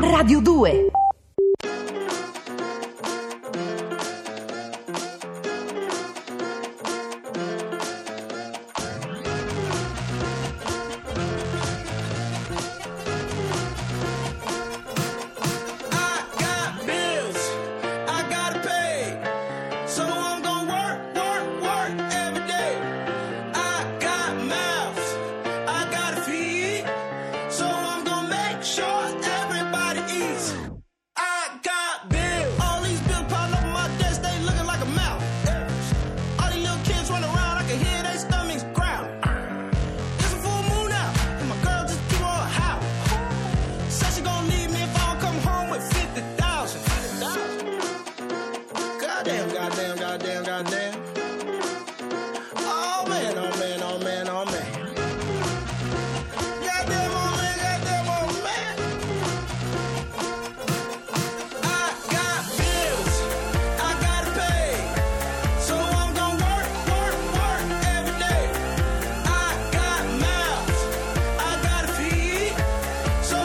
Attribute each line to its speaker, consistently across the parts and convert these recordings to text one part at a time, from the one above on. Speaker 1: Radio 2.
Speaker 2: I got bills, I gotta pay. So I'm gonna work, work, work every day. I got mouths, I gotta feed. So I'm gonna make sure everybody eats. I got bills. All these bills pile up on my desk, they looking like a mouth. All these little kids run around, I can hear their stomachs growl. It's a full moon out, and my girl just threw her house. Said she gon' leave me if I don't come home with 50,000. Goddamn, goddamn, goddamn, goddamn. Oh man, oh man, oh man, oh man. Goddamn, oh man, goddamn, oh man. I got bills, I gotta pay. So I'm gonna work, work, work every day. I got mouths, I gotta feed. So I'm gonna make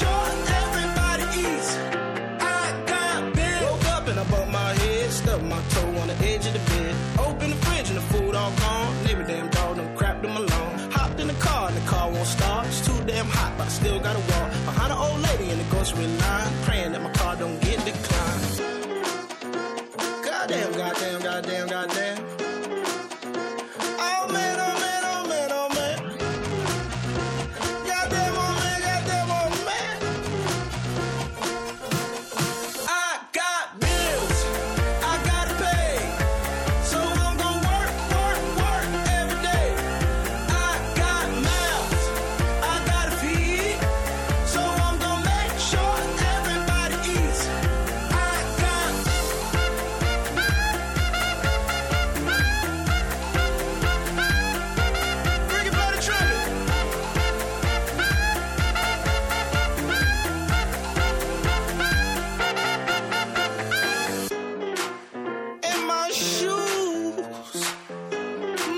Speaker 2: sure everybody eats. I got bit. Woke up and I bumped my head, stubbed my toe on the edge of the bed. Opened the fridge and the food all gone. Neighbor damn dog done crapped them alone. Hopped in the car and the car won't start. It's too damn hot, but I still gotta walk. Behind an old lady in the grocery line, praying that my car don't get declined. Goddamn, goddamn, goddamn, goddamn. Oh man, oh man, oh man, oh man. Goddamn, oh man, goddamn, oh man. I got bills, I gotta pay. So I'm gonna work, work, work every day. I got mouths, I gotta feed. So I'm gonna make sure everybody eats. I got Bring it by the trumpet. in my shoes.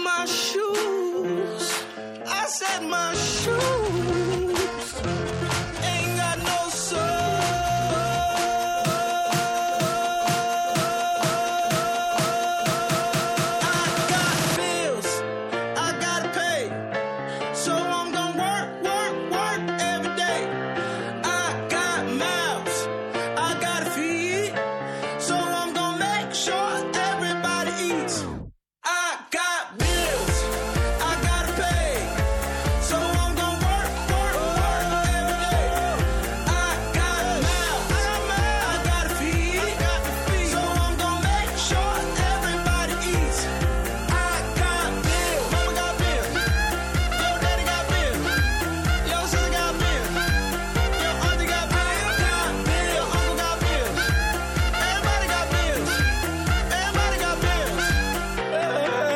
Speaker 2: My shoes. I said my shoes. Ain't got no soul. I got bills. I gotta pay. So I'm gonna work, work, work every day. I got mouths. I gotta feed. So I'm gonna make sure everybody eats. I got bills, I gotta pay. So I'm gonna work, work, work every day. I got mouth, I gotta feed. So I'm gonna make sure everybody eats. I got bills, mama got bills, yo daddy got bills, yo sister got bills, yo auntie got bills, I got bills, uncle got bills. Everybody got bills. Everybody got bills.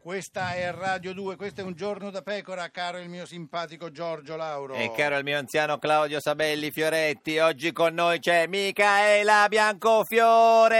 Speaker 3: Questa è Radio 2, questo è un giorno da pecora, caro il mio simpatico Giorgio Lauro.
Speaker 4: E Eh, caro il mio anziano Claudio Sabelli Fioretti, oggi con noi c'è Micaela Biancofiore,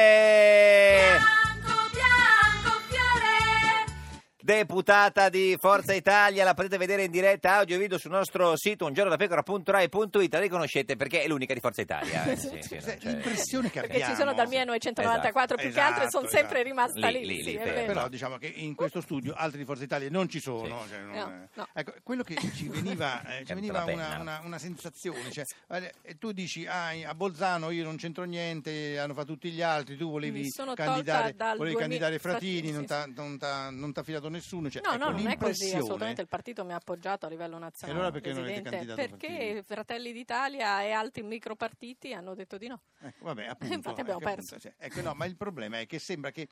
Speaker 5: Bianco, bianco, fiore!
Speaker 4: deputata di Forza Italia. La potete vedere in diretta audio e video sul nostro sito ungiornodapecora.rai.it. La riconoscete perché è l'unica di Forza Italia. Eh, sì, sì,
Speaker 3: Cioè,
Speaker 4: no, cioè-
Speaker 3: L'impressione che
Speaker 5: Perché
Speaker 3: abbiamo.
Speaker 5: ci sono dal 1994 più
Speaker 3: Esatto,
Speaker 5: che altro e sono
Speaker 3: esatto.
Speaker 5: sempre rimasta
Speaker 4: Lì,
Speaker 5: lì.
Speaker 4: lì,
Speaker 5: sì,
Speaker 4: lì,
Speaker 5: è
Speaker 4: fermo.
Speaker 5: vero.
Speaker 3: Però diciamo che in questo studio altri di Forza Italia non ci sono.
Speaker 4: Sì.
Speaker 3: cioè, non-
Speaker 5: No, no.
Speaker 3: Ecco, quello che ci veniva, eh, ci
Speaker 4: Tutta
Speaker 3: veniva
Speaker 4: la penna,
Speaker 3: una,
Speaker 4: no?
Speaker 3: una- una sensazione. Cioè, guarda, e tu dici ah, in- a Bolzano io non c'entro niente, hanno fatto tutti gli altri, tu volevi
Speaker 5: Mi sono tolta
Speaker 3: candidare,
Speaker 5: dal
Speaker 3: volevi
Speaker 5: 2000
Speaker 3: candidare Fratini,
Speaker 5: Fratini,
Speaker 3: non
Speaker 5: sì,
Speaker 3: t'ha- non t'ha- non ti ha filato nessuno. Cioè,
Speaker 5: No,
Speaker 3: ecco,
Speaker 5: no, non è così,
Speaker 3: l'impressione-
Speaker 5: assolutamente il partito mi ha appoggiato a livello nazionale.
Speaker 3: E allora perché non avete
Speaker 5: Presidente.
Speaker 3: candidato Fratini?
Speaker 5: Perché Fratelli d'Italia e altri micropartiti hanno detto di no.
Speaker 3: Ecco, vabbè, appunto,
Speaker 5: Infatti abbiamo
Speaker 3: ecco,
Speaker 5: perso.
Speaker 3: appunto, cioè, ecco, no, ma il problema è che sembra che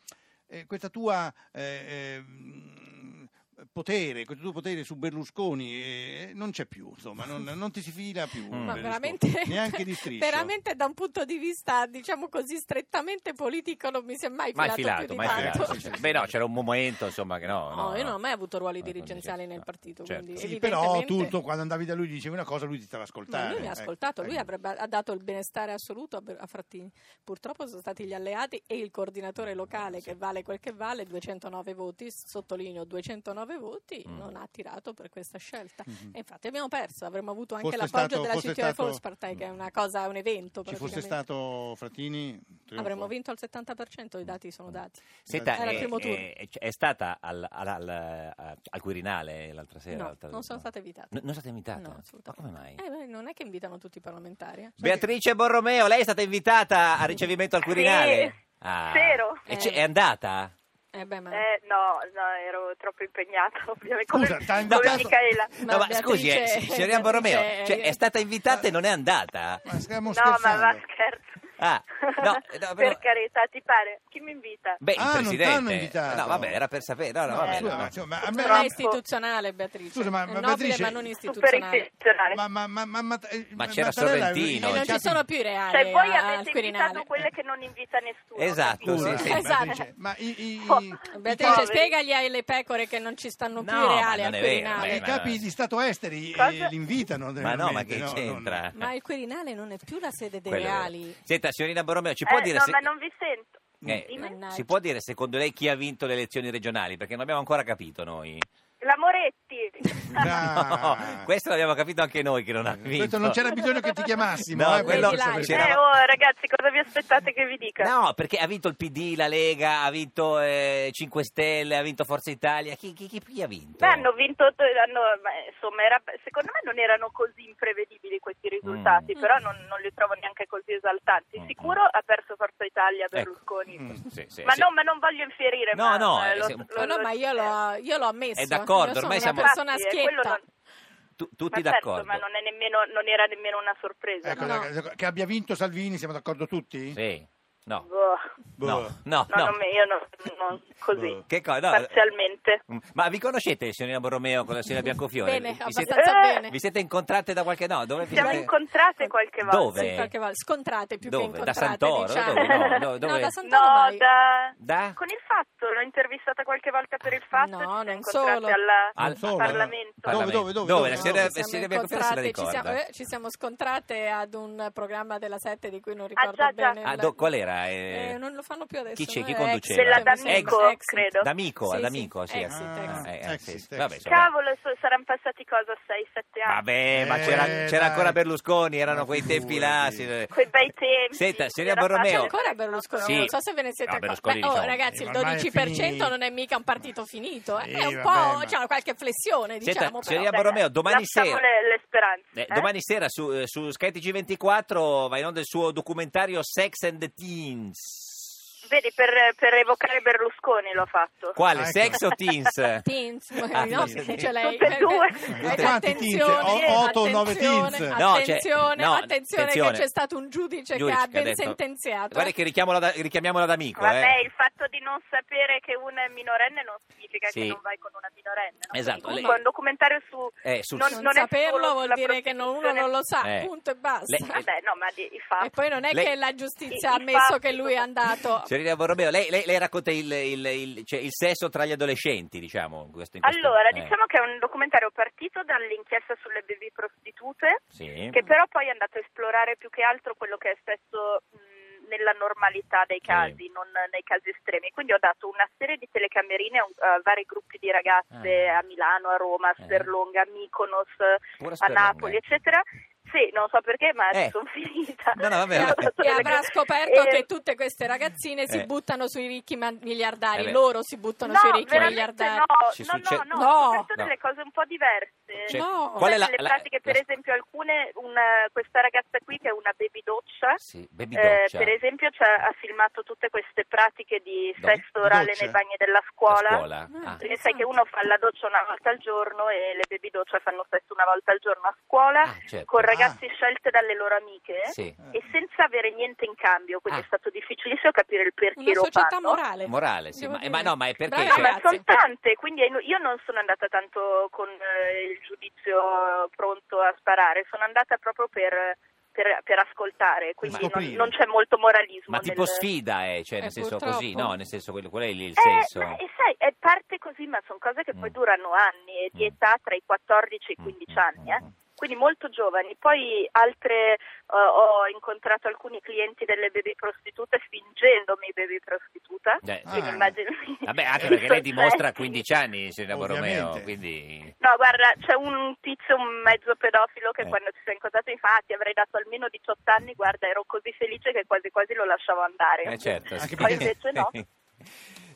Speaker 3: eh, questa tua eh, ehm, potere, questo tuo potere su Berlusconi eh, non c'è più, insomma, non, non ti si fila più.
Speaker 5: Ma
Speaker 3: Berlusconi,
Speaker 5: Mm, veramente,
Speaker 3: neanche di striscio.
Speaker 5: veramente da un punto di vista, diciamo così, strettamente politico non mi si è mai,
Speaker 4: Mai
Speaker 5: filato,
Speaker 4: filato,
Speaker 5: più
Speaker 4: mai
Speaker 5: di
Speaker 3: tanto.
Speaker 4: filato.
Speaker 3: Sì, sì, sì.
Speaker 4: Beh, no, c'era un momento insomma che no.
Speaker 5: No,
Speaker 4: no,
Speaker 5: io
Speaker 4: no.
Speaker 5: non ho mai avuto ruoli
Speaker 4: No, non
Speaker 5: dirigenziali
Speaker 4: dice-
Speaker 5: nel
Speaker 4: no,
Speaker 5: partito,
Speaker 4: certo.
Speaker 5: quindi
Speaker 3: Sì, però
Speaker 5: evidentemente-
Speaker 3: tu, tu quando andavi da lui dicevi una cosa, lui ti stava
Speaker 5: Ma
Speaker 3: ascoltando.
Speaker 5: lui mi ha
Speaker 3: Ecco,
Speaker 5: ascoltato, lui
Speaker 4: eh.
Speaker 3: ecco.
Speaker 5: avrebbe- ha dato il benestare assoluto a, Ber- a Frattini. Purtroppo sono stati gli alleati e il coordinatore locale, che vale quel che vale, 209 voti, sottolineo 209 ricevuti,
Speaker 4: Mm. Mm-hmm.
Speaker 5: non ha tirato per questa scelta.
Speaker 3: Mhm.
Speaker 5: E infatti abbiamo perso, avremmo avuto anche
Speaker 3: Fosse
Speaker 5: l'appoggio
Speaker 3: stato-
Speaker 5: della
Speaker 3: fosse
Speaker 5: CTF
Speaker 3: stato-
Speaker 5: Allspartai,
Speaker 4: Mm.
Speaker 5: che è una cosa, un evento
Speaker 3: Ci fosse
Speaker 5: praticamente.
Speaker 3: stato Frattini, trionfo.
Speaker 5: Avremmo vinto al 70%,
Speaker 4: Mm.
Speaker 5: i dati sono dati.
Speaker 4: Senta,
Speaker 5: Era
Speaker 4: eh,
Speaker 5: il primo
Speaker 4: eh,
Speaker 5: turno.
Speaker 4: è, è stata al, al- al- a- al Quirinale l'altra sera?
Speaker 5: No,
Speaker 4: l'altra-
Speaker 5: non sono state evitate.
Speaker 4: No, non è stata invitata?
Speaker 5: No,
Speaker 4: Ma
Speaker 5: assolutamente.
Speaker 4: come mai?
Speaker 5: Eh, beh, non è che invitano tutti i parlamentari. eh.
Speaker 4: Beatrice Borromeo, lei è stata invitata al ricevimento al Quirinale? Ah.
Speaker 1: Sì, zero.
Speaker 4: E c'è- è
Speaker 5: Eh.
Speaker 4: andata?
Speaker 5: Eh, beh, ma...
Speaker 1: Eh, no, no, ero troppo impegnata, ovviamente.
Speaker 3: Scusa,
Speaker 1: come,
Speaker 3: t'ha
Speaker 1: come
Speaker 3: invitato-
Speaker 1: Michaela.
Speaker 5: Ma
Speaker 4: no, ma
Speaker 5: Beatrice-
Speaker 4: scusi, eh, si- signorina
Speaker 5: Beatrice-
Speaker 4: Borromeo, cioè, è stata invitata e non è andata?
Speaker 3: Ma stiamo
Speaker 1: No, ma
Speaker 3: scherzando.
Speaker 1: va scherzo.
Speaker 4: Ah, no, no, però-
Speaker 1: per carità, ti pare? Chi mi invita?
Speaker 4: Beh,
Speaker 3: Ah,
Speaker 4: il
Speaker 3: non
Speaker 4: presidente.
Speaker 3: t'hanno invitato.
Speaker 4: No, vabbè, era per sapere. No, no,
Speaker 3: No,
Speaker 1: Eh,
Speaker 4: vabbè,
Speaker 3: scusa,
Speaker 4: no.
Speaker 3: ma, insomma, a me-
Speaker 5: Non è
Speaker 1: Troppo-
Speaker 5: istituzionale, Beatrice.
Speaker 3: Scusa, ma- ma
Speaker 5: È nobile,
Speaker 3: Beatrice-
Speaker 5: ma non
Speaker 1: Super
Speaker 5: istituzionale.
Speaker 1: istituzionale.
Speaker 3: ma, ma, ma, ma, ma- eh,
Speaker 4: Ma c'era
Speaker 3: Mattarella ha
Speaker 4: Sorrentino.
Speaker 5: E non ci
Speaker 3: iniziato-
Speaker 5: sono più i reali
Speaker 1: Cioè, voi
Speaker 5: a- eh, al
Speaker 1: avete invitato
Speaker 5: Quirinale.
Speaker 1: quelle che non invita nessuno.
Speaker 4: Esatto,
Speaker 1: capito?
Speaker 4: sì, sì.
Speaker 3: Beatrice,
Speaker 5: Esatto.
Speaker 3: Ma i, i-
Speaker 1: Oh,
Speaker 3: i-
Speaker 5: Beatrice,
Speaker 1: Poveri.
Speaker 5: spiegagli alle pecore che non ci stanno più
Speaker 4: No,
Speaker 5: i
Speaker 4: ma
Speaker 5: reali
Speaker 4: non
Speaker 5: al
Speaker 4: è vero,
Speaker 5: Quirinale.
Speaker 4: Eh,
Speaker 3: i
Speaker 4: ma-
Speaker 3: capi di Stato esteri eh,
Speaker 1: Cosa?
Speaker 3: li invitano.
Speaker 4: Ma no, ma
Speaker 3: naturalmente,
Speaker 4: che
Speaker 3: no,
Speaker 4: c'entra?
Speaker 3: non-
Speaker 5: Ma il Quirinale non è più la sede dei
Speaker 4: Quello-
Speaker 5: reali.
Speaker 4: Senta, signorina Borromeo, ci
Speaker 1: Eh,
Speaker 4: può dire
Speaker 1: no,
Speaker 4: se...
Speaker 1: ma non vi sento.
Speaker 4: Eh,
Speaker 1: Dimmi.
Speaker 5: Mannaggia.
Speaker 4: si può dire secondo lei chi ha vinto le elezioni regionali? Perché non abbiamo ancora capito noi.
Speaker 1: La Moretti.
Speaker 3: Ah.
Speaker 4: No, questo l'abbiamo capito anche noi che non ha vinto.
Speaker 3: Questo non c'era bisogno che ti chiamassimo.
Speaker 4: No,
Speaker 3: eh, per
Speaker 5: quello
Speaker 3: questo
Speaker 5: c'era-
Speaker 3: perché-
Speaker 1: Eh,
Speaker 4: c'era-
Speaker 1: oh, ragazzi, cosa vi aspettate che vi dica?
Speaker 4: No, perché ha vinto il PD, la Lega, ha vinto eh, 5 Stelle, ha vinto Forza Italia. Chi, chi- chi- chi ha vinto?
Speaker 1: Beh, hanno vinto, hanno- ma, insomma, era- secondo me non erano così imprevedibili questi risultati,
Speaker 5: Mm.
Speaker 1: però non, non li trovo neanche così esaltanti.
Speaker 4: Mm.
Speaker 1: Sicuro ha perso Forza Italia Berlusconi.
Speaker 3: Mm.
Speaker 4: Sì, Ecco. sì,
Speaker 1: Ma,
Speaker 4: sì.
Speaker 1: No, ma non voglio infierire.
Speaker 4: No,
Speaker 1: ma,
Speaker 4: no,
Speaker 1: eh,
Speaker 4: eh, se-
Speaker 5: No, no, ma io l'ho, io l'ho ammesso.
Speaker 4: È d'accordo,
Speaker 5: Io sono
Speaker 4: ormai
Speaker 5: una
Speaker 4: siamo-
Speaker 5: persona
Speaker 1: Infatti, eh, quello
Speaker 5: schietta.
Speaker 1: non-
Speaker 4: Tu-
Speaker 1: ma
Speaker 4: tutti
Speaker 1: certo,
Speaker 4: d'accordo.
Speaker 1: ma non, è nemmeno, non era nemmeno una sorpresa.
Speaker 3: Ecco,
Speaker 1: Eh, no?
Speaker 5: No.
Speaker 3: ecco, Che abbia vinto Salvini, siamo d'accordo tutti? Eh,
Speaker 4: Sì, no.
Speaker 1: Boh.
Speaker 3: Boh.
Speaker 4: No, no,
Speaker 1: No,
Speaker 4: no.
Speaker 1: non me- io no, no, così,
Speaker 3: Boh.
Speaker 4: Che cosa? No.
Speaker 1: parzialmente.
Speaker 4: Ma vi conoscete, signorina Borromeo, con la signora Biancofiore?
Speaker 5: Bene,
Speaker 4: vi, siete,
Speaker 5: abbastanza
Speaker 1: Eh,
Speaker 5: bene.
Speaker 4: vi siete incontrate da qualche... No, dove
Speaker 1: Ci siamo
Speaker 4: vi-
Speaker 1: incontrate qualche volta.
Speaker 4: Eh. Dove?
Speaker 5: Sì, qualche volta. Scontrate più
Speaker 4: Dove?
Speaker 5: che
Speaker 4: Da
Speaker 5: incontrate.
Speaker 4: Santoro?
Speaker 5: diciamo.
Speaker 4: Dove? No, no,
Speaker 5: No,
Speaker 4: dove?
Speaker 5: da Santoro
Speaker 1: No,
Speaker 5: mai.
Speaker 1: da...
Speaker 4: Da?
Speaker 1: Con il fatto, l'ho intervistata qualche volta per il fatto.
Speaker 5: Ah, No,
Speaker 1: ci siamo
Speaker 5: non
Speaker 1: incontrate
Speaker 5: solo.
Speaker 1: Alla...
Speaker 3: Al-
Speaker 1: al Parlamento.
Speaker 3: Dove, dove, dove,
Speaker 4: la
Speaker 3: dove?
Speaker 4: signora,
Speaker 5: No,
Speaker 4: la
Speaker 5: ci siamo
Speaker 4: signora Biancofiore se la
Speaker 5: incontrate, ci
Speaker 4: ricorda.
Speaker 5: siamo, eh, ci siamo scontrate ad un programma della 7 di cui non
Speaker 1: Ah,
Speaker 5: ricordo
Speaker 1: già, già.
Speaker 5: bene.
Speaker 4: Ah,
Speaker 5: il-
Speaker 4: do- qual era? Eh,
Speaker 5: Eh, non lo fanno più adesso.
Speaker 4: Chi, c'è,
Speaker 5: no?
Speaker 4: chi Ecco,
Speaker 5: È
Speaker 4: conduceva?
Speaker 1: Della
Speaker 5: Exit, mi
Speaker 1: D'Amico,
Speaker 5: sembra. Exit.
Speaker 1: credo.
Speaker 4: D'amico,
Speaker 5: Sì, sì.
Speaker 4: d'amico, sì.
Speaker 5: Exit,
Speaker 4: ah,
Speaker 5: exit.
Speaker 4: eh, eh, sì,
Speaker 3: Exit,
Speaker 4: sì. Vabbè,
Speaker 3: exit.
Speaker 4: insomma.
Speaker 1: Cavolo, so- saranno passati cosa, 6-7 anni?
Speaker 4: Vabbè, ma
Speaker 3: Eh,
Speaker 4: c'era, c'era
Speaker 3: dai.
Speaker 4: ancora Berlusconi, erano
Speaker 3: Ma
Speaker 4: quei tempi là.
Speaker 3: figurati.
Speaker 4: sì.
Speaker 1: Quei bei tempi.
Speaker 4: Senta, signora
Speaker 1: Era
Speaker 4: Borromeo.
Speaker 5: C'è
Speaker 1: facile-
Speaker 5: ancora Berlusconi,
Speaker 4: Sì.
Speaker 5: non so se ve ne siete
Speaker 4: No,
Speaker 5: accorti.
Speaker 4: Berlusconi,
Speaker 5: Beh, oh,
Speaker 4: diciamo,
Speaker 5: ragazzi, il
Speaker 3: Eh, ormai è
Speaker 5: 12%
Speaker 3: finito.
Speaker 5: non è mica un partito finito, eh,
Speaker 3: Sì,
Speaker 5: è un
Speaker 3: vabbè,
Speaker 5: po'
Speaker 3: ma-
Speaker 5: c'è una qualche flessione,
Speaker 4: Senta,
Speaker 5: diciamo. però.
Speaker 4: signora Borromeo, domani
Speaker 1: lasciamo
Speaker 4: sera-
Speaker 1: Le, le speranze.
Speaker 4: Eh,
Speaker 1: eh?
Speaker 4: Domani sera su, eh, su Sky TG24 va in onda il suo documentario Sex and the Teens.
Speaker 1: Vedi, per, per evocare Berlusconi l'ho fatto.
Speaker 3: Ah,
Speaker 4: Quale?
Speaker 3: ecco.
Speaker 4: Sex o Teens?
Speaker 5: Teens, eh,
Speaker 4: Ah,
Speaker 5: no,
Speaker 4: sì,
Speaker 5: perché
Speaker 4: sì.
Speaker 5: c'è lei.
Speaker 1: Tutte e due.
Speaker 5: Eh,
Speaker 3: Quanti teens? O- otto o nove
Speaker 5: attenzione,
Speaker 3: teens?
Speaker 1: Eh.
Speaker 4: No, cioè,
Speaker 5: attenzione,
Speaker 4: no,
Speaker 5: attenzione
Speaker 4: attenzione.
Speaker 5: che c'è stato un giudice, che ha ben
Speaker 4: detto-
Speaker 5: sentenziato.
Speaker 4: Guarda che richiamola da- richiamiamola d'amico.
Speaker 1: Vabbè,
Speaker 4: eh.
Speaker 1: il fatto di non sapere che una è minorenne non significa
Speaker 4: Sì.
Speaker 1: che non vai con una minorenne. no?
Speaker 4: Esatto,
Speaker 1: Comunque
Speaker 4: lei-
Speaker 1: è un documentario su...
Speaker 4: Eh, sul-
Speaker 1: non-
Speaker 5: non,
Speaker 1: non è
Speaker 5: saperlo
Speaker 1: solo
Speaker 5: vuol
Speaker 1: sulla
Speaker 5: dire che non- uno
Speaker 1: prostituzione.
Speaker 5: non lo sa,
Speaker 4: Eh.
Speaker 5: punto e basta.
Speaker 4: Lei-
Speaker 1: Vabbè, no, ma di, i fatti...
Speaker 5: E poi non è
Speaker 4: Lei-
Speaker 5: che la giustizia ha
Speaker 1: I- i
Speaker 5: ammesso
Speaker 1: fatti
Speaker 5: che lui è
Speaker 1: sono-
Speaker 5: andato.
Speaker 4: Signorina Borromeo, lei, lei- lei racconta il, il- il- cioè il sesso tra gli adolescenti, diciamo. in questo- in questo-
Speaker 1: Allora,
Speaker 4: eh,
Speaker 1: diciamo che è un documentario partito dall'inchiesta sulle baby prostitute,
Speaker 4: sì.
Speaker 1: che però poi è andato a esplorare più che altro quello che è spesso mh, nella normalità dei casi, non nei casi estremi. Quindi ho dato una serie di telecamerine a, un- a vari gruppi di ragazze
Speaker 4: Ah.
Speaker 1: a Milano, a Roma, a
Speaker 4: Eh.
Speaker 1: Sperlonga, a Mykonos,
Speaker 4: Pure
Speaker 1: a
Speaker 4: Sperlonga.
Speaker 1: Napoli, eccetera. Sì, non so perché, ma
Speaker 4: Eh.
Speaker 1: sono finita.
Speaker 4: No, no, vabbè,
Speaker 1: Ho
Speaker 4: vabbè.
Speaker 1: dato
Speaker 5: E
Speaker 1: delle-
Speaker 5: avrà scoperto
Speaker 1: Eh,
Speaker 5: che tutte queste ragazzine si
Speaker 4: Eh.
Speaker 5: buttano sui ricchi ma- miliardari,
Speaker 4: Eh beh.
Speaker 5: loro si buttano sui ricchi
Speaker 1: veramente
Speaker 5: miliardari.
Speaker 1: no,
Speaker 4: Ci
Speaker 1: no,
Speaker 4: succe-
Speaker 1: no, no,
Speaker 5: No.
Speaker 1: ho scoperto
Speaker 4: No.
Speaker 1: delle cose un po' diverse.
Speaker 4: Cioè,
Speaker 5: no.
Speaker 4: qual è la,
Speaker 1: Sai, nelle
Speaker 4: la-
Speaker 1: pratiche, per
Speaker 4: la-
Speaker 1: esempio, alcune, una- questa ragazza qui che è una baby doccia,
Speaker 4: Sì, baby
Speaker 1: eh,
Speaker 4: doccia.
Speaker 1: per esempio ci ha, ha filmato tutte queste pratiche di
Speaker 4: Dove?
Speaker 1: sesso orale
Speaker 3: Docce?
Speaker 1: nei bagni della
Speaker 4: La
Speaker 1: scuola.
Speaker 4: scuola.
Speaker 5: Ah.
Speaker 4: Ah.
Speaker 1: Perché sai che uno fa la doccia una volta al giorno e le baby doccia fanno sesso una volta al giorno a scuola
Speaker 4: Ah, certo.
Speaker 1: con ragazzi scelte dalle loro amiche
Speaker 4: Sì.
Speaker 1: e senza avere niente in cambio, quindi
Speaker 4: Ah.
Speaker 1: è stato difficilissimo capire il perché
Speaker 5: Una
Speaker 1: lo
Speaker 5: società
Speaker 1: fanno.
Speaker 5: morale.
Speaker 4: Morale, sì,
Speaker 5: Devo
Speaker 4: ma-
Speaker 5: dire.
Speaker 4: ma no, ma è perché,
Speaker 5: Brava,
Speaker 1: No,
Speaker 4: cioè-
Speaker 1: ma
Speaker 5: ragazzi.
Speaker 1: sono tante, quindi è inu- io non sono andata tanto con eh, il giudizio pronto a sparare, sono andata proprio per, per- per ascoltare, quindi
Speaker 3: Ma-
Speaker 1: non,
Speaker 3: scoprire.
Speaker 1: non c'è molto moralismo.
Speaker 4: Ma tipo
Speaker 1: nel-
Speaker 4: sfida, eh, cioè, nel
Speaker 5: Eh,
Speaker 4: senso
Speaker 5: purtroppo.
Speaker 4: così, no? Nel senso, quello, qual è il, il
Speaker 1: Eh,
Speaker 4: senso?
Speaker 1: ma- e sai, è parte così, ma sono cose che poi
Speaker 4: Mm.
Speaker 1: durano anni, e di
Speaker 4: Mm.
Speaker 1: età tra i 14 e i 15 anni. eh. quindi molto giovani. Poi altre, eh, ho incontrato alcuni clienti delle baby prostitute fingendomi baby prostituta.
Speaker 4: Eh,
Speaker 1: Quindi
Speaker 3: Ah.
Speaker 1: immagini-
Speaker 4: Vabbè, anche perché lei dimostra 15 anni, signora
Speaker 3: Ovviamente.
Speaker 4: Borromeo, quindi...
Speaker 1: No, guarda, c'è un tizio, un mezzo pedofilo che
Speaker 4: Eh.
Speaker 1: quando ci siamo incontrati mi fa, "Ah, ti avrei dato almeno 18 anni, guarda, ero così felice che quasi quasi lo lasciavo andare.
Speaker 4: Eh, certo. sì.
Speaker 3: Anche
Speaker 1: Poi invece no.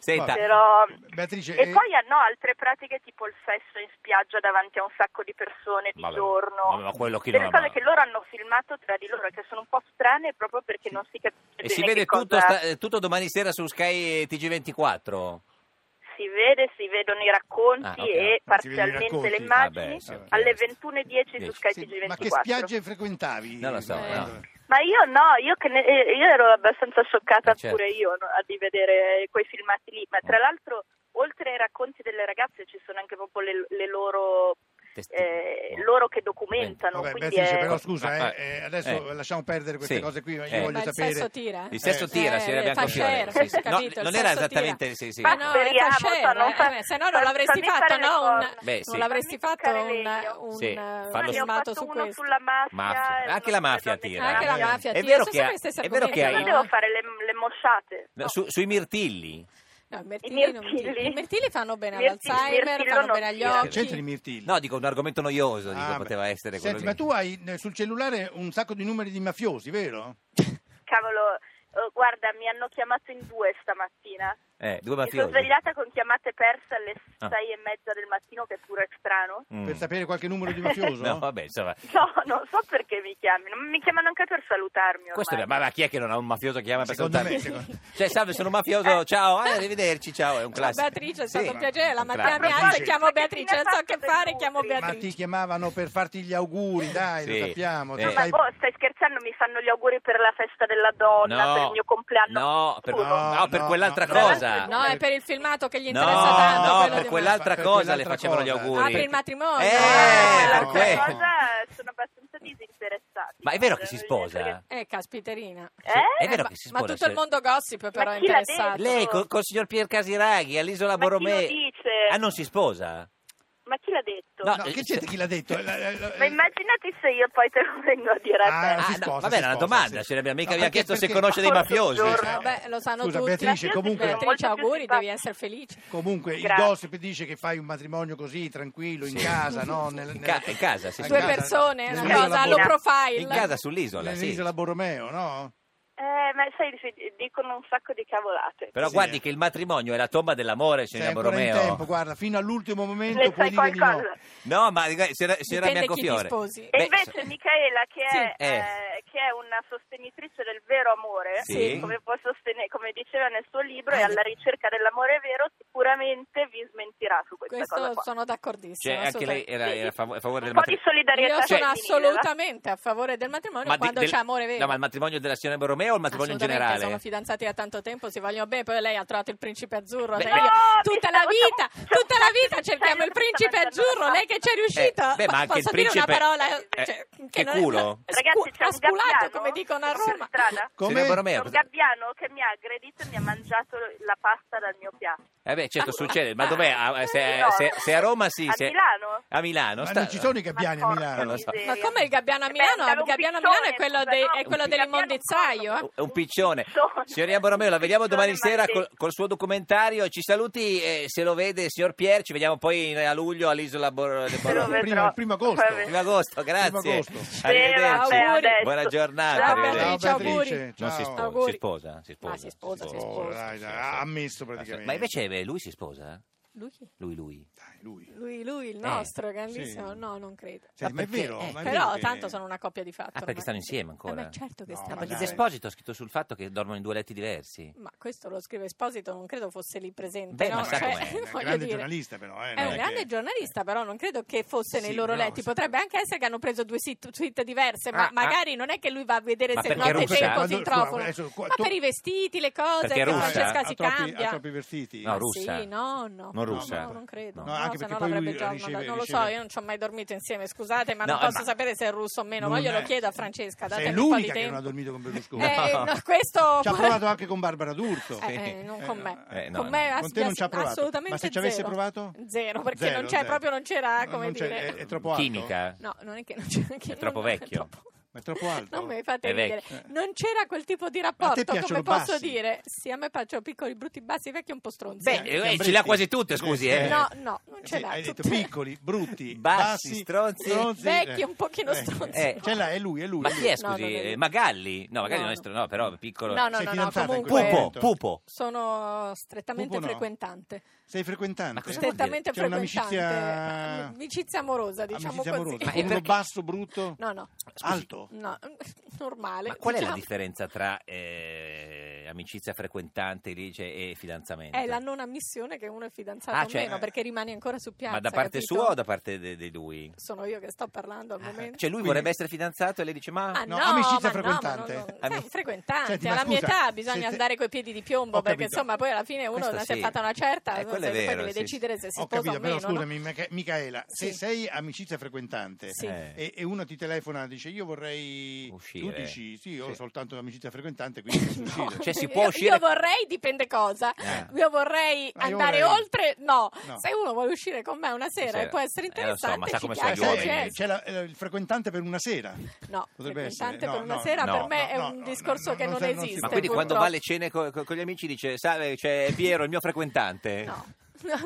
Speaker 4: Senta,
Speaker 1: Però...
Speaker 3: Beatrice,
Speaker 1: E
Speaker 3: eh,
Speaker 1: poi hanno altre pratiche tipo il sesso in spiaggia davanti a un sacco di persone di
Speaker 4: Vabbè,
Speaker 1: giorno.
Speaker 4: vabbè, ma quello chi
Speaker 1: delle
Speaker 4: non
Speaker 1: cose
Speaker 4: ama?
Speaker 1: che loro hanno filmato tra di loro che sono un po' strane proprio perché non si capisce
Speaker 4: e si
Speaker 1: bene
Speaker 4: vede
Speaker 1: che
Speaker 4: tutto,
Speaker 1: cosa-
Speaker 4: sta- eh, tutto domani sera su Sky eh, TG24?
Speaker 1: si vede, si vedono i racconti
Speaker 4: Ah,
Speaker 3: ah,
Speaker 4: ok,
Speaker 1: e
Speaker 3: si vedono i
Speaker 1: parzialmente
Speaker 3: racconti.
Speaker 1: le immagini
Speaker 4: Vabbè, sì, ok.
Speaker 1: alle 21.10 su Sky
Speaker 3: eh, sì,
Speaker 1: TG24.
Speaker 3: ma che spiagge frequentavi? Eh,
Speaker 4: Non lo so,
Speaker 3: Quando-
Speaker 4: no.
Speaker 1: Ma io no, io, che ne- eh, io ero abbastanza scioccata
Speaker 4: Eh, certo.
Speaker 1: pure io no, a di vedere quei filmati lì, ma tra l'altro oltre ai racconti delle ragazze ci sono anche proprio le, le loro,
Speaker 4: Testi-
Speaker 1: eh,
Speaker 4: Oh.
Speaker 1: loro che documentano,
Speaker 3: Vabbè,
Speaker 1: quindi
Speaker 3: Beatrice,
Speaker 1: è-
Speaker 3: però scusa, eh,
Speaker 4: Ma-
Speaker 3: eh, adesso
Speaker 4: eh.
Speaker 3: lasciamo perdere queste
Speaker 4: Sì.
Speaker 3: cose qui, ma io
Speaker 4: Eh.
Speaker 5: Ma
Speaker 3: voglio
Speaker 5: il sesso
Speaker 3: sapere...
Speaker 5: tira? eh?
Speaker 4: Il sesso
Speaker 3: Eh,
Speaker 4: tira, signora
Speaker 5: eh,
Speaker 4: Biancofiore.
Speaker 5: fascero,
Speaker 4: Sì, sì. No,
Speaker 5: capito, il
Speaker 4: non era
Speaker 5: sesso tira.
Speaker 4: esattamente... Sì, sì.
Speaker 1: Ma
Speaker 5: Ma
Speaker 1: no,
Speaker 5: no,
Speaker 1: è
Speaker 5: è
Speaker 1: Speriamo,
Speaker 5: fascero,
Speaker 1: non fa-
Speaker 5: eh, se no non l'avresti
Speaker 1: fammi fare
Speaker 5: fatto,
Speaker 1: le
Speaker 5: no?
Speaker 1: cose.
Speaker 5: Un,
Speaker 4: Beh, sì.
Speaker 5: Non l'avresti
Speaker 1: Fammi
Speaker 5: fatto
Speaker 1: toccare
Speaker 5: un,
Speaker 1: legno.
Speaker 5: un,
Speaker 4: Sì,
Speaker 5: eh,
Speaker 1: Ma
Speaker 4: Fallo-
Speaker 1: ne ho
Speaker 5: filmato
Speaker 1: fatto
Speaker 5: su
Speaker 1: uno
Speaker 5: questo.
Speaker 1: sulla mafia, eh,
Speaker 4: Mafia.
Speaker 1: e
Speaker 4: Anche
Speaker 1: uno
Speaker 4: la mafia
Speaker 1: sulle donne
Speaker 4: tira.
Speaker 5: Anche
Speaker 3: Eh,
Speaker 5: la
Speaker 1: trans.
Speaker 5: mafia
Speaker 4: è
Speaker 5: tira.
Speaker 4: vero
Speaker 5: Sono
Speaker 4: che ha-
Speaker 5: sempre gli stessi
Speaker 4: è vero
Speaker 5: argomenti,
Speaker 4: che ha-
Speaker 1: Cosa
Speaker 5: no?
Speaker 1: devo fare le, le mosciate?
Speaker 4: No,
Speaker 1: No.
Speaker 4: su- sui mirtilli?
Speaker 5: No, i
Speaker 1: I
Speaker 5: mirtilli, non mi-
Speaker 1: mirtilli.
Speaker 5: i mirtilli fanno bene
Speaker 1: I mirtilli-
Speaker 5: all'Alzheimer,
Speaker 1: mirtillo
Speaker 5: fanno
Speaker 1: non
Speaker 5: bene agli
Speaker 1: tira.
Speaker 3: Che
Speaker 5: occhi.
Speaker 3: c'entra i mirtilli?
Speaker 4: No, dico un argomento noioso, dico,
Speaker 3: Ah, beh.
Speaker 4: poteva essere quello
Speaker 3: Senti,
Speaker 4: lì.
Speaker 3: ma tu hai eh, sul cellulare un sacco di numeri di mafiosi, vero?
Speaker 1: Cavolo, eh, guarda, mi hanno chiamato in due stamattina.
Speaker 4: Eh, due
Speaker 1: Mi sono
Speaker 4: mafiosi.
Speaker 1: svegliata con chiamate perse alle
Speaker 4: Ah.
Speaker 1: sei e mezza del mattino, che pure è strano.
Speaker 4: Mm.
Speaker 3: Per sapere qualche numero di mafioso?
Speaker 4: No, vabbè, insomma...
Speaker 1: No, non so perché mi chiamino, ma mi chiamano anche per salutarmi. Ormai.
Speaker 4: Questo è- ma, ma chi è che non ha un mafioso che chiama per
Speaker 3: Secondo me,
Speaker 4: salutarmi?
Speaker 3: secondo-
Speaker 4: Cioè, salve, sono un mafioso, ciao, eh, arrivederci, ciao, è un
Speaker 5: Ciao
Speaker 4: classico.
Speaker 5: Beatrice, è stato
Speaker 4: Sì.
Speaker 5: un piacere, la
Speaker 4: Un
Speaker 5: mattina mi
Speaker 4: classico.
Speaker 5: alzo e
Speaker 1: Beatrice.
Speaker 5: chiamo
Speaker 1: Ma che
Speaker 5: Beatrice,
Speaker 1: fine
Speaker 5: non so
Speaker 1: faccio
Speaker 5: che
Speaker 1: dei
Speaker 5: fare,
Speaker 1: numeri?
Speaker 5: chiamo
Speaker 3: Ma ti
Speaker 5: Beatrice.
Speaker 3: chiamavano per farti gli auguri, dai,
Speaker 4: Sì. eh.
Speaker 3: lo sappiamo. Cioè,
Speaker 4: No,
Speaker 3: tu
Speaker 1: No, ma
Speaker 3: sai-
Speaker 1: oh, stai scherzando? Mi fanno gli auguri per la festa della donna, per il mio compleanno.
Speaker 4: No, per,
Speaker 1: Scusa.
Speaker 4: no,
Speaker 3: No,
Speaker 4: per
Speaker 3: no,
Speaker 4: quell'altra
Speaker 3: no.
Speaker 4: cosa.
Speaker 5: Eh, No, è per il filmato che gli
Speaker 4: No,
Speaker 5: interessa tanto.
Speaker 4: no,
Speaker 5: quello
Speaker 4: per
Speaker 5: di-
Speaker 4: quell'altra
Speaker 3: Per
Speaker 4: cosa le
Speaker 3: quell'altra
Speaker 4: facevano gli
Speaker 3: cosa.
Speaker 5: Ah,
Speaker 4: auguri.
Speaker 5: per il matrimonio.
Speaker 4: Eh,
Speaker 1: Eh,
Speaker 4: per
Speaker 1: la
Speaker 4: quello.
Speaker 1: cosa sono abbastanza disinteressati.
Speaker 4: Ma è vero che si sposa?
Speaker 1: Eh?
Speaker 5: Eh, caspiterina.
Speaker 4: È vero
Speaker 5: ma,
Speaker 4: che si
Speaker 5: ma
Speaker 4: sposa,
Speaker 5: tutto
Speaker 4: cioè-
Speaker 5: il mondo gossip però è
Speaker 1: chi l'ha
Speaker 5: interessato.
Speaker 1: detto?
Speaker 4: Lei col, col signor Pier Casiraghi all'isola
Speaker 1: Ma chi lo
Speaker 4: Borromeo.
Speaker 1: dice?
Speaker 4: Ah, non si sposa?
Speaker 1: Ma chi l'ha detto?
Speaker 4: No. eh.
Speaker 3: No, che c'entra chi l'ha detto? La- la- la-
Speaker 1: Ma immaginati se io poi te lo vengo a dire a te.
Speaker 3: Ah, si
Speaker 4: no,
Speaker 3: sposa,
Speaker 4: vabbè,
Speaker 3: si
Speaker 4: era una
Speaker 3: sposa,
Speaker 4: domanda,
Speaker 3: sì.
Speaker 4: signora Bianca,
Speaker 3: No,
Speaker 4: mi ha
Speaker 3: anche
Speaker 4: chiesto se
Speaker 3: perché-
Speaker 4: conosce dei mafiosi.
Speaker 1: Buongiorno.
Speaker 5: Vabbè, Eh, lo sanno
Speaker 3: Scusa,
Speaker 5: tutti.
Speaker 3: Beatrice, comunque-
Speaker 5: Beatrice, auguri,
Speaker 1: Molto più
Speaker 5: devi essere felice.
Speaker 3: Comunque
Speaker 1: Grazie.
Speaker 3: il gossip dice che fai un matrimonio così, tranquillo, in
Speaker 4: Sì.
Speaker 3: casa, no? Nel-
Speaker 4: In,
Speaker 3: nel-
Speaker 4: ca- in casa, sì,
Speaker 3: in
Speaker 4: sì.
Speaker 5: Due
Speaker 3: casa,
Speaker 5: persone,
Speaker 3: nel
Speaker 5: una
Speaker 3: mezzo
Speaker 5: cosa,
Speaker 3: alla
Speaker 5: low
Speaker 3: Bor-
Speaker 5: profile.
Speaker 4: In casa sull'isola, sì.
Speaker 3: Nell'isola Borromeo, no?
Speaker 1: Eh, ma sai, si- dicono un sacco di cavolate.
Speaker 4: Però
Speaker 3: Sì.
Speaker 4: guardi che il matrimonio è la tomba dell'amore,
Speaker 3: Sei
Speaker 4: signora
Speaker 3: ancora
Speaker 4: Borromeo.
Speaker 3: in tempo, guarda, fino all'ultimo momento
Speaker 1: Ne
Speaker 3: puoi
Speaker 1: sai
Speaker 3: dire di no.
Speaker 1: qualcosa?
Speaker 4: No, ma eh, signora, signora
Speaker 5: Dipende chi ti
Speaker 4: Biancofiore.
Speaker 5: sposi. E
Speaker 1: E
Speaker 4: Beh,
Speaker 1: invece
Speaker 4: so-
Speaker 1: Michaela, che è,
Speaker 5: Sì.
Speaker 1: eh,
Speaker 4: Eh.
Speaker 1: che è una sostenitrice del vero amore,
Speaker 4: Sì.
Speaker 1: come, può sostenere- come diceva nel suo libro,
Speaker 4: Ah,
Speaker 1: è alla
Speaker 4: di-
Speaker 1: ricerca dell'amore vero, sicuramente vi smentirà su questa cosa
Speaker 5: Questo
Speaker 1: qua.
Speaker 5: sono d'accordissimo.
Speaker 4: Cioè, anche lei
Speaker 5: assolutamente.
Speaker 4: era, era a fav- a favore
Speaker 1: Un
Speaker 4: del Cioè,
Speaker 1: po' di
Speaker 4: matrimonio.
Speaker 1: solidarietà
Speaker 5: Io sono
Speaker 1: femminile, va?
Speaker 5: assolutamente a favore del matrimonio
Speaker 4: Ma di-
Speaker 5: quando
Speaker 4: del-
Speaker 5: c'è amore vero.
Speaker 4: No, ma il matrimonio della signora Borromeo o il matrimonio in
Speaker 5: Assolutamente,
Speaker 4: generale?
Speaker 5: sono fidanzati da tanto tempo, si vogliono bene, poi lei ha trovato il principe azzurro,
Speaker 4: Beh,
Speaker 5: lei-
Speaker 4: No,
Speaker 5: io-
Speaker 1: Oh, mi
Speaker 5: tutta
Speaker 1: stavo-
Speaker 5: la vita,
Speaker 1: stavo-
Speaker 5: tutta la vita
Speaker 1: stavo-
Speaker 5: cerchiamo
Speaker 1: stavo-
Speaker 5: il principe
Speaker 1: stavo-
Speaker 5: azzurro, lei che ci è riuscito.
Speaker 4: Eh, beh, ma anche
Speaker 5: Posso
Speaker 4: il
Speaker 5: dire una
Speaker 4: principe-
Speaker 5: parola?
Speaker 4: Eh,
Speaker 5: Cioè,
Speaker 4: che
Speaker 5: non è-
Speaker 4: culo?
Speaker 1: Ragazzi, c'è
Speaker 5: ha
Speaker 1: un
Speaker 5: sculato,
Speaker 1: gabbiano
Speaker 5: come dicono a
Speaker 1: per
Speaker 5: Roma.
Speaker 1: strada.
Speaker 4: Signora
Speaker 3: Come?
Speaker 1: C'è
Speaker 4: Borromeo,
Speaker 1: un
Speaker 4: cosa-
Speaker 1: gabbiano che mi ha aggredito e mi ha mangiato la pasta dal mio piatto.
Speaker 4: Eh beh, certo, succede, ma dov'è? A- eh, Se,
Speaker 1: No.
Speaker 4: se- se a Roma sì,
Speaker 1: A
Speaker 4: se-
Speaker 1: Milano?
Speaker 4: a Milano.
Speaker 3: Ma
Speaker 4: sta-
Speaker 3: non ci sono i gabbiani a
Speaker 1: porca
Speaker 4: Non
Speaker 3: Milano.
Speaker 4: lo so.
Speaker 1: miseria.
Speaker 5: Ma come il gabbiano a
Speaker 1: Eh beh,
Speaker 5: Milano?
Speaker 1: andava
Speaker 5: Il
Speaker 1: un
Speaker 5: gabbiano a
Speaker 1: piccione,
Speaker 5: Milano è quello,
Speaker 1: scusa,
Speaker 5: dei-
Speaker 1: no,
Speaker 5: è quello
Speaker 1: un
Speaker 5: dell'immondezzaio. eh.
Speaker 1: gabbiano
Speaker 4: È un piccione.
Speaker 1: Piccione.
Speaker 4: Signorina Borromeo, la vediamo domani
Speaker 1: Piccione
Speaker 4: sera col,
Speaker 1: maledetto.
Speaker 4: col suo documentario. Ci saluti, eh, se lo vede, signor Pier. Ci vediamo poi in- a luglio all'isola Bor- de
Speaker 1: Se lo
Speaker 4: Borromeo.
Speaker 1: vedrò.
Speaker 3: Prima- il primo agosto.
Speaker 1: Va bene.
Speaker 4: Primo agosto,
Speaker 3: Primo
Speaker 4: grazie.
Speaker 3: agosto.
Speaker 1: Sì,
Speaker 4: Arrivederci.
Speaker 1: vabbè,
Speaker 5: Auguri.
Speaker 1: adesso.
Speaker 4: Buona giornata.
Speaker 5: Ciao,
Speaker 4: arrivederci.
Speaker 5: Beatrice,
Speaker 3: Ciao,
Speaker 5: auguri.
Speaker 3: Beatrici,
Speaker 4: Non si
Speaker 3: ciao.
Speaker 4: sposa,
Speaker 5: Auguri.
Speaker 4: si sposa, si sposa.
Speaker 5: Ah, si sposa, si
Speaker 3: sposa. Oh, Dai, dai, ha ammesso praticamente.
Speaker 4: Ma invece eh, lui si sposa?
Speaker 5: Lui, chi?
Speaker 4: Lui, lui.
Speaker 3: Dai, lui.
Speaker 5: lui, lui,
Speaker 4: Eh,
Speaker 5: il nostro, grandissimo.
Speaker 3: sì.
Speaker 5: No, non credo.
Speaker 3: Senti, ma è
Speaker 4: perché?
Speaker 3: vero?
Speaker 4: Eh,
Speaker 3: ma è
Speaker 5: Però
Speaker 3: vero che-
Speaker 5: tanto sono una coppia di fatto.
Speaker 4: Ah, perché
Speaker 5: ormai.
Speaker 4: stanno insieme ancora?
Speaker 5: Eh beh, certo che
Speaker 3: No,
Speaker 5: stanno
Speaker 3: ma
Speaker 4: Perché
Speaker 3: dai.
Speaker 5: insieme.
Speaker 4: Ah, Desposito ha scritto sul fatto che dormono in due letti diversi.
Speaker 5: Ma questo lo scrive Esposito, non credo fosse lì presente.
Speaker 4: Beh,
Speaker 5: no?
Speaker 4: ma sa
Speaker 5: Cioè,
Speaker 4: com'è,
Speaker 3: È un
Speaker 5: voglio
Speaker 3: grande
Speaker 5: dire,
Speaker 3: giornalista però, eh,
Speaker 5: È
Speaker 3: non
Speaker 5: un
Speaker 3: è
Speaker 5: grande
Speaker 3: che-
Speaker 5: giornalista, però non credo che fosse nei
Speaker 3: Sì,
Speaker 5: loro
Speaker 3: no,
Speaker 5: letti.
Speaker 3: sì.
Speaker 5: Potrebbe anche essere che hanno preso due sit- suite diverse, ma
Speaker 4: Ah,
Speaker 5: magari non è che lui va a vedere
Speaker 4: Ma
Speaker 5: se
Speaker 4: perché
Speaker 5: notte
Speaker 4: russa?
Speaker 5: tempo
Speaker 3: Quando-
Speaker 5: si trovano.
Speaker 3: Eh, scusa, adesso qua-
Speaker 5: Ma
Speaker 3: tu-
Speaker 5: per i vestiti, le cose,
Speaker 4: Perché
Speaker 5: che
Speaker 4: russa?
Speaker 5: Francesca
Speaker 3: ha
Speaker 5: si
Speaker 3: troppi, Ha
Speaker 5: cambia.
Speaker 3: troppi vestiti.
Speaker 4: No,
Speaker 5: Ma
Speaker 4: russa?
Speaker 5: Sì, no, no.
Speaker 4: Non russa?
Speaker 5: No, non credo.
Speaker 3: No, anche anche
Speaker 5: se
Speaker 3: perché
Speaker 5: no
Speaker 3: poi
Speaker 5: l'avrebbe
Speaker 3: lui
Speaker 5: già
Speaker 3: riceve-
Speaker 5: mandato. Non lo
Speaker 3: riceve-
Speaker 5: so, io non ci ho mai dormito insieme, scusate, ma
Speaker 4: No,
Speaker 5: non posso
Speaker 4: ma-
Speaker 5: sapere se è russo o meno, ma
Speaker 3: Non
Speaker 5: glielo
Speaker 3: è-
Speaker 5: chiedo a Francesca, datemi
Speaker 3: Sei
Speaker 5: un po' di
Speaker 3: l'unica che non
Speaker 5: tempo.
Speaker 3: ha dormito con Berlusconi.
Speaker 5: Eh,
Speaker 4: No.
Speaker 5: no, questo
Speaker 3: Ci ha provato anche con Barbara D'Urso.
Speaker 5: Eh, eh, non con me.
Speaker 4: Certo. Eh, no,
Speaker 5: con me
Speaker 3: Con te non ci ha
Speaker 5: ass-
Speaker 3: provato.
Speaker 5: assolutamente
Speaker 3: Ma se ci avesse
Speaker 5: zero.
Speaker 3: provato?
Speaker 5: Zero, perché
Speaker 3: Zero,
Speaker 5: non c'è
Speaker 3: zero.
Speaker 5: proprio non c'era,
Speaker 3: No,
Speaker 5: come
Speaker 3: non c'è, eh,
Speaker 5: dire.
Speaker 3: È, è troppo alto.
Speaker 4: Chimica?
Speaker 5: No, non è che non c'era chi-
Speaker 4: È troppo
Speaker 5: non-
Speaker 4: vecchio.
Speaker 5: troppo-
Speaker 3: Ma è troppo alto.
Speaker 5: Non mi fate
Speaker 4: È
Speaker 5: ridere.
Speaker 4: vecchio.
Speaker 5: Non c'era quel tipo
Speaker 3: A
Speaker 5: di
Speaker 3: te
Speaker 5: rapporto,
Speaker 3: piacciono
Speaker 5: come posso
Speaker 3: bassi?
Speaker 5: dire? Sì, a me piacciono piccoli, brutti, bassi, vecchi un po' stronzi.
Speaker 4: Beh, eh, ce l'ha quasi tutte, scusi, eh.
Speaker 5: No, no, non ce
Speaker 3: Sì,
Speaker 5: l'ha
Speaker 3: Hai detto
Speaker 5: tutte.
Speaker 3: piccoli, brutti,
Speaker 4: Bassi,
Speaker 3: bassi,
Speaker 4: stronzi.
Speaker 5: Vecchi,
Speaker 3: eh.
Speaker 5: un pochino stronzi.
Speaker 4: eh.
Speaker 3: Ce l'ha, è lui, è lui.
Speaker 4: Ma
Speaker 3: è lui.
Speaker 4: chi è,
Speaker 5: No,
Speaker 4: scusi?
Speaker 5: non è lui.
Speaker 4: Eh, Magalli? No, Magalli
Speaker 5: No,
Speaker 4: non è
Speaker 5: no.
Speaker 4: str- no, però piccolo...
Speaker 5: No, no,
Speaker 3: Sei
Speaker 5: no, no,
Speaker 3: fidanzata in
Speaker 5: comunque
Speaker 3: questo
Speaker 4: Pupo,
Speaker 3: momento?
Speaker 4: Pupo.
Speaker 5: sono strettamente
Speaker 3: Pupo no.
Speaker 5: frequentante.
Speaker 3: Sei frequentante?
Speaker 4: Ma cosa vuol dire?
Speaker 5: Strettamente
Speaker 3: C'è un'amicizia-
Speaker 5: frequentante. Amicizia amorosa, diciamo
Speaker 3: Amicizia amorosa.
Speaker 5: così.
Speaker 3: Ma
Speaker 4: è
Speaker 3: uno
Speaker 4: perché-
Speaker 3: basso, brutto,
Speaker 5: No, no.
Speaker 3: alto.
Speaker 5: No, normale.
Speaker 4: Ma qual è la
Speaker 5: diciamo.
Speaker 4: differenza tra eh, amicizia frequentante lì, cioè, e fidanzamento?
Speaker 5: È la non ammissione che uno è fidanzato
Speaker 4: Ah,
Speaker 5: o
Speaker 4: cioè-
Speaker 5: meno, perché rimani ancora su piazza.
Speaker 4: Ma da parte
Speaker 5: capito?
Speaker 4: sua o da parte de- di lui?
Speaker 5: Sono io che sto parlando al momento.
Speaker 4: Cioè lui
Speaker 3: Quindi-
Speaker 4: vorrebbe essere fidanzato e lei dice ma...
Speaker 5: Ah,
Speaker 3: no,
Speaker 5: no,
Speaker 3: amicizia
Speaker 5: ma no, ma
Speaker 3: frequentante.
Speaker 5: non- non-
Speaker 4: Ami-
Speaker 5: sai, frequentante.
Speaker 3: Senti, ma
Speaker 5: alla mia
Speaker 3: scusa,
Speaker 5: età bisogna
Speaker 3: siete-
Speaker 5: andare coi piedi di piombo,
Speaker 3: Ho
Speaker 5: perché
Speaker 3: capito.
Speaker 5: insomma poi alla fine uno
Speaker 4: Questo
Speaker 5: si è
Speaker 4: sì.
Speaker 5: fatta una certa,
Speaker 4: Eh,
Speaker 5: non
Speaker 4: quello
Speaker 5: so,
Speaker 4: è
Speaker 5: poi
Speaker 4: vero,
Speaker 5: deve
Speaker 4: sì,
Speaker 5: decidere se si
Speaker 3: Ho
Speaker 5: sposa
Speaker 3: capito,
Speaker 5: o
Speaker 3: però
Speaker 5: meno. no?
Speaker 3: scusami, Mica- Micaela, se
Speaker 5: Sì.
Speaker 3: sei amicizia frequentante
Speaker 5: Sì.
Speaker 4: Eh.
Speaker 3: e, e uno ti telefona e dice io vorrei...
Speaker 4: Uscire.
Speaker 3: Tu dici sì, io
Speaker 4: Sì.
Speaker 3: ho soltanto amicizia frequentante, quindi posso uscire.
Speaker 4: Cioè, si
Speaker 5: Io-
Speaker 4: può uscire-
Speaker 5: Io vorrei, dipende cosa.
Speaker 4: Eh.
Speaker 5: Io vorrei
Speaker 3: Ma io
Speaker 5: andare
Speaker 3: vorrei-
Speaker 5: oltre, no.
Speaker 3: No.
Speaker 5: Se uno vuole uscire con me una sera
Speaker 4: Sera.
Speaker 5: e può
Speaker 4: Eh,
Speaker 5: essere
Speaker 4: lo so,
Speaker 5: interessante,
Speaker 4: ma sa
Speaker 5: ci
Speaker 4: come sono
Speaker 3: Ma
Speaker 4: gli
Speaker 5: piace, cioè,
Speaker 3: sai,
Speaker 5: ci
Speaker 4: uomini.
Speaker 5: esco.
Speaker 3: c'è la- Cioè, eh, il frequentante per una sera.
Speaker 5: No,
Speaker 3: Potrebbe
Speaker 5: frequentante
Speaker 3: essere.
Speaker 5: per
Speaker 3: No,
Speaker 5: una
Speaker 3: no,
Speaker 5: sera
Speaker 4: no,
Speaker 5: per me
Speaker 3: no,
Speaker 5: è
Speaker 3: no,
Speaker 5: un
Speaker 3: no,
Speaker 5: discorso
Speaker 3: no,
Speaker 5: che
Speaker 3: no,
Speaker 5: non,
Speaker 3: no, no, sì,
Speaker 5: esiste.
Speaker 4: Ma quindi
Speaker 5: purtroppo.
Speaker 4: quando va alle cene co- co- con, gli amici dice, sa, eh, c'è Piero, il mio frequentante.
Speaker 5: No.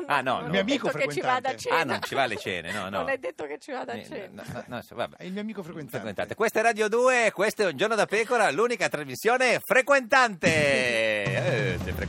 Speaker 4: Ah, no,
Speaker 5: non
Speaker 4: no.
Speaker 5: è
Speaker 4: Mio
Speaker 3: amico
Speaker 5: detto che ci vada a
Speaker 3: frequentante.
Speaker 5: cena.
Speaker 4: Ah, non ci va alle cene, no, no.
Speaker 5: Non è detto che ci vada a
Speaker 4: Eh,
Speaker 5: cena.
Speaker 4: no, no, no, so, vabbè.
Speaker 3: È il mio amico frequentante.
Speaker 4: Frequentante. Questa è Radio 2, questo è Un Giorno da Pecora, l'unica trasmissione frequentante. Eh, se frequentante.